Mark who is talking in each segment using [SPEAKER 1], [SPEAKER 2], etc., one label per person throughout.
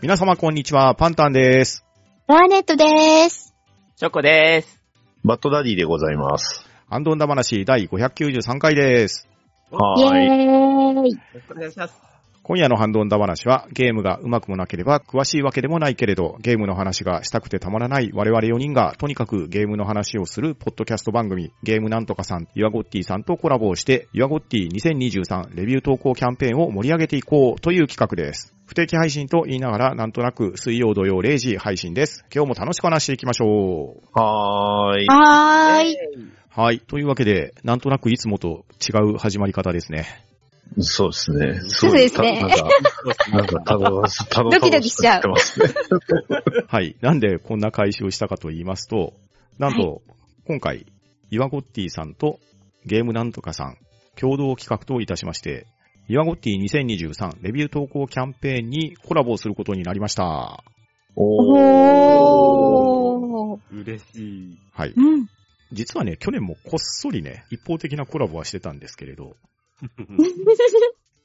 [SPEAKER 1] 皆様こんにちは、パンタンです。
[SPEAKER 2] ラーネットでーす。
[SPEAKER 3] チョコでーす。
[SPEAKER 4] バッドダディでございます。
[SPEAKER 1] アンドンダ話第593回です。
[SPEAKER 2] イ
[SPEAKER 4] はーい。
[SPEAKER 2] ェーイ。
[SPEAKER 3] よろしくお願いします。
[SPEAKER 1] 今夜のハンドンダ話は、ゲームがうまくもなければ詳しいわけでもないけれど、ゲームの話がしたくてたまらない我々4人が、とにかくゲームの話をするポッドキャスト番組、ゲームなんとかさん、イワゴッティさんとコラボをして、イワゴッティ2023レビュー投稿キャンペーンを盛り上げていこうという企画です。不定期配信と言いながら、なんとなく水曜土曜0時配信です。今日も楽しく話していきましょう。
[SPEAKER 4] はーい。
[SPEAKER 2] はーい。
[SPEAKER 1] はい。というわけで、なんとなくいつもと違う始まり方です ね。
[SPEAKER 4] そうですね。
[SPEAKER 2] そうですね
[SPEAKER 4] たなんか、なんか、たどたどたど
[SPEAKER 2] ドキドキしちゃう
[SPEAKER 4] たどたどしてますね
[SPEAKER 1] はい。なんでこんな開始をしたかと言いますと、なんと、今回、イワゴッティさんとゲームなんとかさん、共同企画といたしまして、イワゴッティ2023レビュー投稿キャンペーンにコラボをすることになりました。は
[SPEAKER 4] おー。
[SPEAKER 2] おー。
[SPEAKER 3] 嬉しい。
[SPEAKER 1] い。
[SPEAKER 2] うん。
[SPEAKER 1] 実はね、去年もこっそりね、一方的なコラボはしてたんですけれど、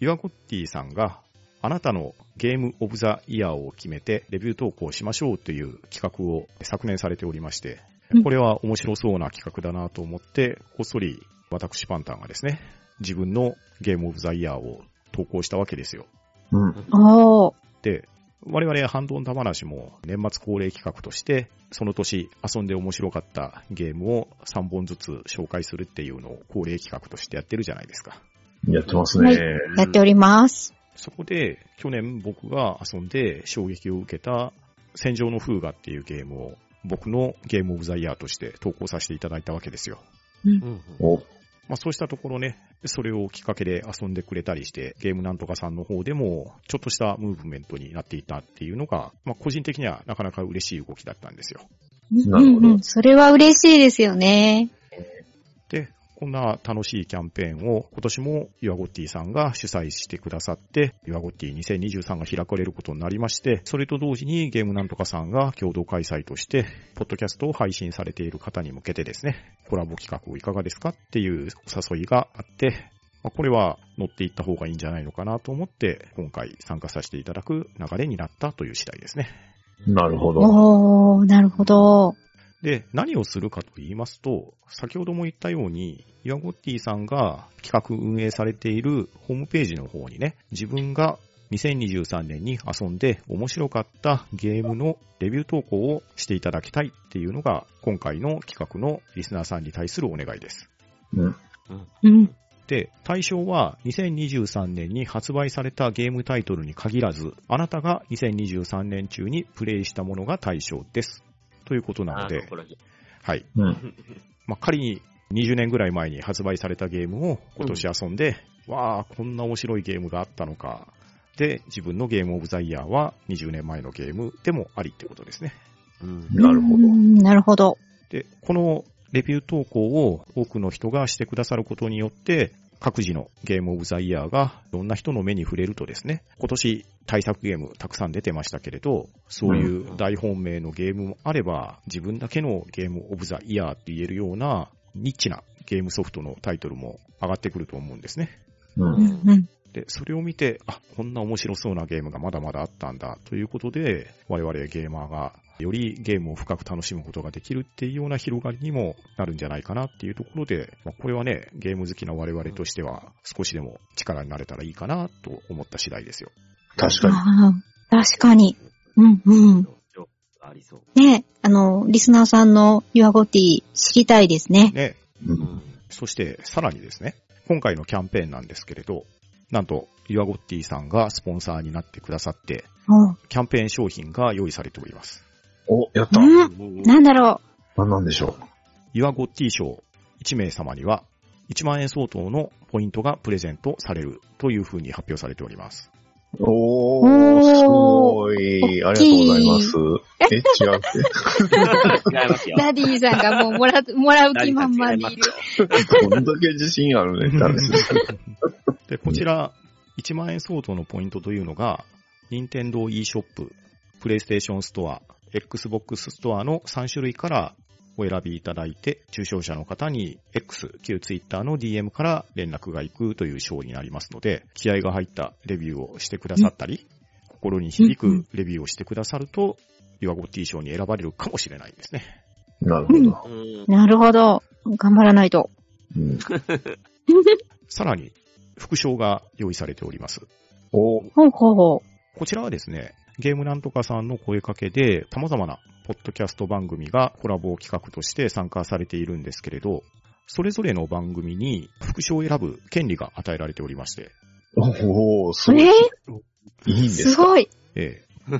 [SPEAKER 1] イワコッティさんが、あなたのゲームオブザイヤーを決めてレビュー投稿しましょうという企画を昨年されておりまして
[SPEAKER 2] うん、
[SPEAKER 1] これは面白そうな企画だなと思って、こっそり私パンタンがですね、自分のゲームオブザイヤーを投稿したわけですよ。
[SPEAKER 4] うん。
[SPEAKER 2] おー。
[SPEAKER 1] で、我々ハンドン玉話も年末恒例企画として、その年遊んで面白かったゲームを3本ずつ紹介するっていうのを恒例企画としてやってるじゃないですか。
[SPEAKER 4] やってますね。
[SPEAKER 2] はいやっております。
[SPEAKER 1] そこで、去年僕が遊んで衝撃を受けた、戦場の風雅っていうゲームを、僕のゲームオブザイヤーとして投稿させていただいたわけですよ。
[SPEAKER 3] うん
[SPEAKER 4] お、
[SPEAKER 1] まあそうしたところね、それをきっかけで遊んでくれたりして、ゲームなんとかさんの方でも、ちょっとしたムーブメントになっていたっていうのが、まあ個人的にはなかなか嬉しい動きだったんですよ。
[SPEAKER 4] なるほど
[SPEAKER 2] うんうん。それは嬉しいですよね。
[SPEAKER 1] で、こんな楽しいキャンペーンを今年もイワゴッティさんが主催してくださって、イワゴッティ2023が開かれることになりまして、それと同時にゲームなんとかさんが共同開催として、ポッドキャストを配信されている方に向けてですね、コラボ企画をいかがですかっていうお誘いがあって、まあこれは乗っていった方がいいんじゃないのかなと思って、今回参加させていただく流れになったという次第ですね。
[SPEAKER 4] なるほど。
[SPEAKER 2] おー、なるほど。
[SPEAKER 1] で、何をするかと言いますと、先ほども言ったように、イワゴッティさんが企画運営されているホームページの方にね、自分が2023年に遊んで面白かったゲームのレビュー投稿をしていただきたいっていうのが、今回の企画のリスナーさんに対するお願いです。
[SPEAKER 4] うん。
[SPEAKER 2] うん。
[SPEAKER 1] で、対象は2023年に発売されたゲームタイトルに限らず、あなたが2023年中にプレイしたものが対象です。ということなので、
[SPEAKER 3] 心地
[SPEAKER 1] はい。
[SPEAKER 4] うん。
[SPEAKER 1] まあ、仮に20年ぐらい前に発売されたゲームを今年遊んで、わあ、こんな面白いゲームがあったのか。で、自分のゲームオブザイヤーは20年前のゲームでもありってことですね。
[SPEAKER 3] うん
[SPEAKER 4] なるほ
[SPEAKER 2] う
[SPEAKER 4] ど。
[SPEAKER 2] んなるほど。
[SPEAKER 1] で、このレビュー投稿を多くの人がしてくださることによって、各自のゲームオブザイヤーがいろんな人の目に触れるとですね、今年対策ゲームたくさん出てましたけれど、そういう大本命のゲームもあれば、自分だけのゲームオブザイヤーって言えるようなニッチなゲームソフトのタイトルも上がってくると思うんですね。
[SPEAKER 4] う。
[SPEAKER 2] うんん
[SPEAKER 1] で、それを見て、あ、こんな面白そうなゲームがまだまだあったんだということで、我々ゲーマーがよりゲームを深く楽しむことができるっていうような広がりにもなるんじゃないかなっていうところで、まあこれはね、ゲーム好きな我々としては少しでも力になれたらいいかなと思った次第ですよ。
[SPEAKER 4] 確
[SPEAKER 2] うん。
[SPEAKER 4] か
[SPEAKER 2] あー確かに。うんうん。
[SPEAKER 3] ありそう。
[SPEAKER 2] ねあの、リスナーさんのユアゴティ知りたいですね。
[SPEAKER 1] ね、
[SPEAKER 4] に。うん。
[SPEAKER 1] そして、さらにですね、今回のキャンペーンなんですけれど、なんと、イワゴッティさんがスポンサーになってくださって、
[SPEAKER 2] おう
[SPEAKER 1] キャンペーン商品が用意されております。
[SPEAKER 4] お、やった。
[SPEAKER 2] うん。なんだろ
[SPEAKER 4] なんなんでしょ
[SPEAKER 1] イワゴッティ賞1名様には1万円相当のポイントがプレゼントされるというふうに発表されております。
[SPEAKER 4] う。お
[SPEAKER 2] お
[SPEAKER 4] ー、
[SPEAKER 2] ー
[SPEAKER 4] すごい。あ
[SPEAKER 2] 大き
[SPEAKER 4] り
[SPEAKER 2] い
[SPEAKER 4] がとうございます。え、違うって。
[SPEAKER 3] 違います
[SPEAKER 2] う。
[SPEAKER 3] よ。
[SPEAKER 2] ダディさんがもうもら、もらう気満々に いる。
[SPEAKER 4] こんだけ自信あるね、誰
[SPEAKER 1] で、こちら1万円相当のポイントというのが、任天堂 e ショップ、プレイステーションストア、Xbox ストアの3種類からお選びいただいて、受賞者の方に X、旧 Twitter の DM から連絡が行くという賞になりますので、気合が入ったレビューをしてくださったり、心に響くレビューをしてくださると、岩ゴッティ賞に選ばれるかもしれないですね。
[SPEAKER 4] なるほど。
[SPEAKER 3] うん。
[SPEAKER 2] なるほど。頑張らないと。
[SPEAKER 4] うん、
[SPEAKER 1] さらに、副賞が用意されております。
[SPEAKER 4] お
[SPEAKER 2] ほうほうほ
[SPEAKER 1] こちらはですね、ゲームなんとかさんの声かけで、様々なポッドキャスト番組がコラボ企画として参加されているんですけれど、それぞれの番組に副賞を選ぶ権利が与えられておりまして、
[SPEAKER 4] おおす
[SPEAKER 2] う。
[SPEAKER 4] ごい。
[SPEAKER 2] え
[SPEAKER 4] いいん
[SPEAKER 2] ー、
[SPEAKER 4] で
[SPEAKER 2] す
[SPEAKER 4] すか
[SPEAKER 2] ごい。
[SPEAKER 1] ええ、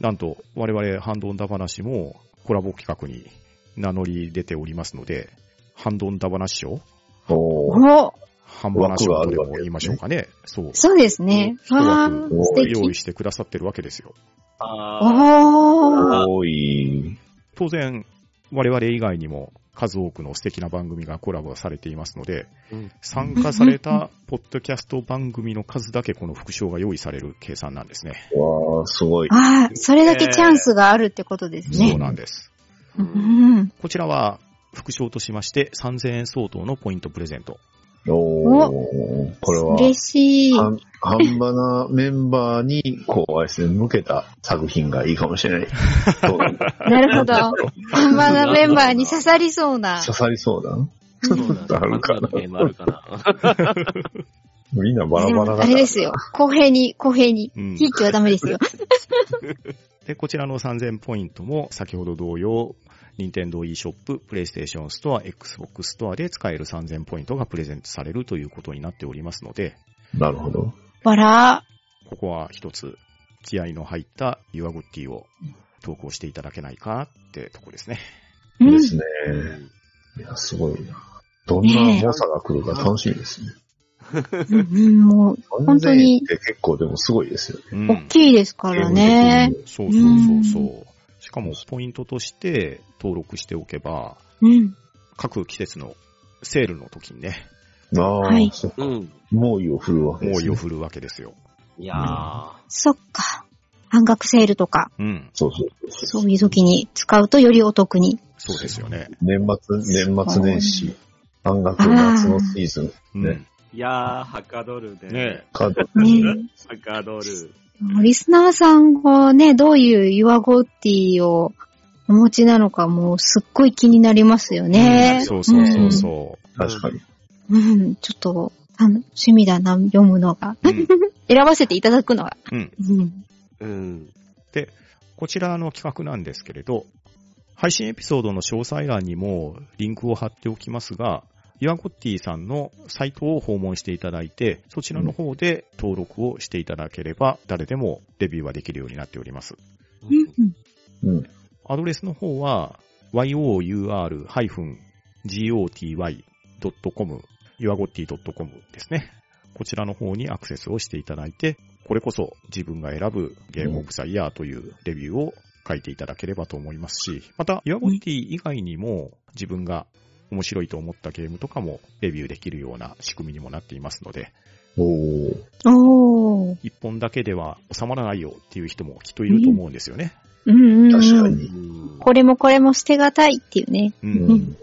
[SPEAKER 1] なんと我々ハンドンダ話もコラボ企画に名乗り出ておりますので、ハンドンダ話賞
[SPEAKER 4] おー
[SPEAKER 2] お
[SPEAKER 1] ハンバナ賞
[SPEAKER 4] 枠があ
[SPEAKER 1] と
[SPEAKER 4] る
[SPEAKER 1] で
[SPEAKER 4] わ
[SPEAKER 1] も
[SPEAKER 4] けですね
[SPEAKER 1] 言いましょうかね。そう。
[SPEAKER 2] そうですね。
[SPEAKER 1] 一
[SPEAKER 2] わ
[SPEAKER 1] 枠
[SPEAKER 2] ー、素
[SPEAKER 1] を用意
[SPEAKER 2] 敵。
[SPEAKER 1] してくださってるわけですよ。
[SPEAKER 3] ああ。
[SPEAKER 2] おー。
[SPEAKER 3] あ
[SPEAKER 4] おい。
[SPEAKER 1] 当然、我々以外にも数多くの素敵な番組がコラボされていますので、
[SPEAKER 3] うん
[SPEAKER 1] 参加されたポッドキャスト番組の数だけこの副賞が用意される計算なんですね。
[SPEAKER 4] わー、すごい。
[SPEAKER 2] ああ、それだけチャンスがあるってことです
[SPEAKER 1] そう
[SPEAKER 2] ね。
[SPEAKER 1] なんです。
[SPEAKER 2] う。
[SPEAKER 3] うん
[SPEAKER 1] こちらは副賞としまして3000円相当のポイントプレゼント。
[SPEAKER 4] おお。これは、
[SPEAKER 2] 嬉しい。
[SPEAKER 4] ハンハンバナメンバーに、こう、あれですね、向けた作品がいいかも しれない。どうなんだ
[SPEAKER 2] なるほど。
[SPEAKER 4] ろう
[SPEAKER 2] ハンバーガーメンバーに刺さりそうな。
[SPEAKER 4] 刺さりそうだな。
[SPEAKER 3] そうなんだ。
[SPEAKER 4] あるかな
[SPEAKER 3] ゲームあるかな。
[SPEAKER 4] みんなバラバラだから。
[SPEAKER 2] あれですよ。公平に、公平に。
[SPEAKER 1] うん
[SPEAKER 2] ひいきはダメですよ。
[SPEAKER 1] で、こちらの3000ポイントも先ほど同様、Nintendo eShop、PlayStation Store、Xbox Store で使える3000ポイントがプレゼントされるということになっておりますので、
[SPEAKER 4] なるほど。
[SPEAKER 2] バラ。
[SPEAKER 1] ここは一つ気合の入ったユアゴッティを投稿していただけないかってとこですね。
[SPEAKER 2] う
[SPEAKER 4] で
[SPEAKER 2] ん。
[SPEAKER 4] すね。いや、すごいな。どんな猛者が来るか楽しみですね。
[SPEAKER 2] うんうんもう、本当に
[SPEAKER 4] 3000円って結構でもすごいですよね。
[SPEAKER 1] うん
[SPEAKER 2] 大きいですからね。
[SPEAKER 1] そうそうそうそうう。しかもポイントとして登録しておけば、
[SPEAKER 2] うん。
[SPEAKER 1] 各季節のセールの時にね、
[SPEAKER 4] ああ、
[SPEAKER 2] はい
[SPEAKER 4] そっか
[SPEAKER 3] うん。
[SPEAKER 4] 猛威を振るわけで
[SPEAKER 1] 猛
[SPEAKER 4] す、
[SPEAKER 1] 威
[SPEAKER 4] ね。
[SPEAKER 1] を振るわけですよ。
[SPEAKER 3] いやー。
[SPEAKER 2] そっか。半額セールとか、
[SPEAKER 1] うん。
[SPEAKER 4] そうそうそう
[SPEAKER 2] そういう時に使うとよりお得に。
[SPEAKER 1] そうですよね。
[SPEAKER 4] 年末、年末年始、半額夏のシーズン、
[SPEAKER 1] うん
[SPEAKER 4] ね
[SPEAKER 3] いやー、はかどるね。
[SPEAKER 1] ね
[SPEAKER 4] カード
[SPEAKER 2] ね
[SPEAKER 3] はかどる。
[SPEAKER 2] リスナーさんがね、どういうユアゴッティをお持ちなのかもうすっごい気になりますよね。
[SPEAKER 1] そうそうそうそ
[SPEAKER 4] 確かに。
[SPEAKER 2] うん。うんちょっと楽しみだな、読むのが。
[SPEAKER 1] う。うん
[SPEAKER 2] 選ばせていただくのが。
[SPEAKER 1] うん
[SPEAKER 2] うん。
[SPEAKER 3] うん。
[SPEAKER 1] こちらの企画なんですけれど、配信エピソードの詳細欄にもリンクを貼っておきますが、イワンコッティさんのサイトを訪問していただいて、そちらの方で登録をしていただければ、誰でもレビューはできるようになっております。
[SPEAKER 2] うん
[SPEAKER 4] うん。
[SPEAKER 1] アドレスの方は、your-goty.com、yourgoty.com ですね。こちらの方にアクセスをしていただいて、これこそ自分が選ぶゲームオブザイヤーというレビューを書いていただければと思いますし、また、ヨアゴッティ以外にも自分が面白いと思ったゲームとかもレビューできるような仕組みにもなっていますので、
[SPEAKER 4] おー
[SPEAKER 2] おー。
[SPEAKER 1] 一本だけでは収まらないよっていう人もきっといると思うんですよね。
[SPEAKER 2] うんうん、うん。
[SPEAKER 4] 確か
[SPEAKER 3] う
[SPEAKER 4] に。
[SPEAKER 3] ん。
[SPEAKER 2] これもこれも捨てがたいっていうね。
[SPEAKER 1] う。
[SPEAKER 4] うんん。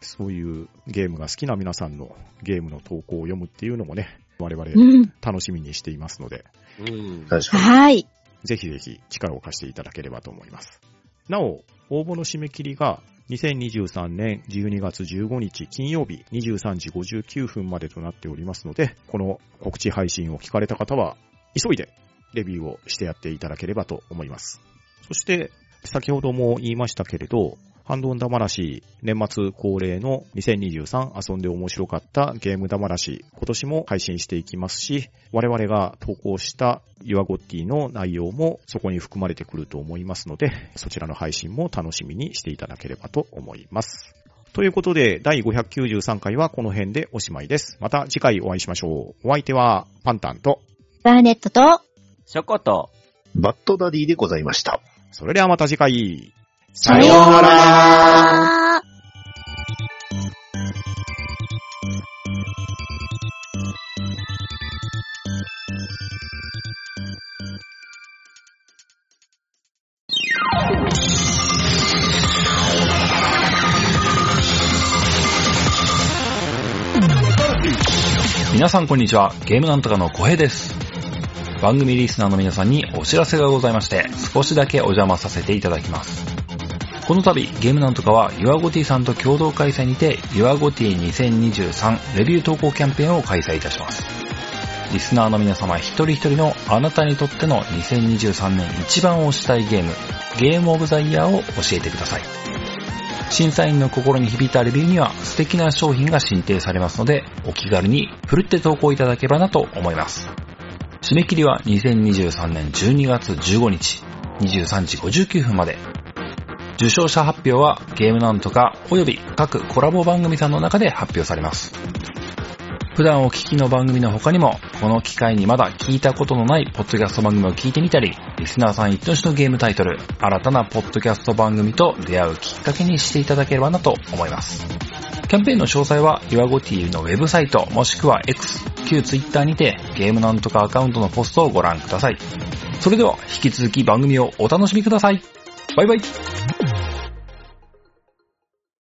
[SPEAKER 1] そういうゲームが好きな皆さんのゲームの投稿を読むっていうのもね、我々
[SPEAKER 2] うん。
[SPEAKER 1] 楽しみにしていますので、
[SPEAKER 3] うん。
[SPEAKER 4] 確かに。
[SPEAKER 2] はい。
[SPEAKER 1] ぜひぜひ力を貸していただければと思います。なお、応募の締め切りが2023年12月15日金曜日23時59分までとなっておりますので、この告知配信を聞かれた方は、急いでレビューをしてやっていただければと思います。そして、先ほども言いましたけれど、ハンドンダマラシ年末恒例の2023遊んで面白かったゲームダマラシ今年も配信していきますし、我々が投稿したユアゴッティの内容もそこに含まれてくると思いますので、そちらの配信も楽しみにしていただければと思います。ということで、第593回はこの辺でおしまいです。また次回お会いしましょう。お相手はパンタンと、
[SPEAKER 2] バーネットと、
[SPEAKER 3] ショコと、
[SPEAKER 4] バッドダディでございました。
[SPEAKER 1] それではまた次回。
[SPEAKER 2] さようなら
[SPEAKER 5] 皆さんこんにちは。ゲームなんとかの小平です。番組リスナーの皆さんにお知らせがございまして、少しだけお邪魔させていただきます。この度、ゲームなんとかは、ユアゴティさんと共同開催にて、ユアゴティ2023レビュー投稿キャンペーンを開催いたします。リスナーの皆様一人一人のあなたにとっての2023年一番推したいゲーム、ゲームオブザイヤーを教えてください。審査員の心に響いたレビューには素敵な商品が進呈されますので、お気軽にふるって投稿いただければなと思います。締め切りは2023年12月15日、23時59分まで。受賞者発表はゲームなんとか及び各コラボ番組さんの中で発表されます。普段お聞きの番組の他にも、この機会にまだ聞いたことのないポッドキャスト番組を聞いてみたり、リスナーさん一押しのゲームタイトル、新たなポッドキャスト番組と出会うきっかけにしていただければなと思います。キャンペーンの詳細は、いわごティのウェブサイト、もしくは X、旧 Twitter にて、ゲームなんとかアカウントのポストをご覧ください。それでは、引き続き番組をお楽しみください。バイバイ。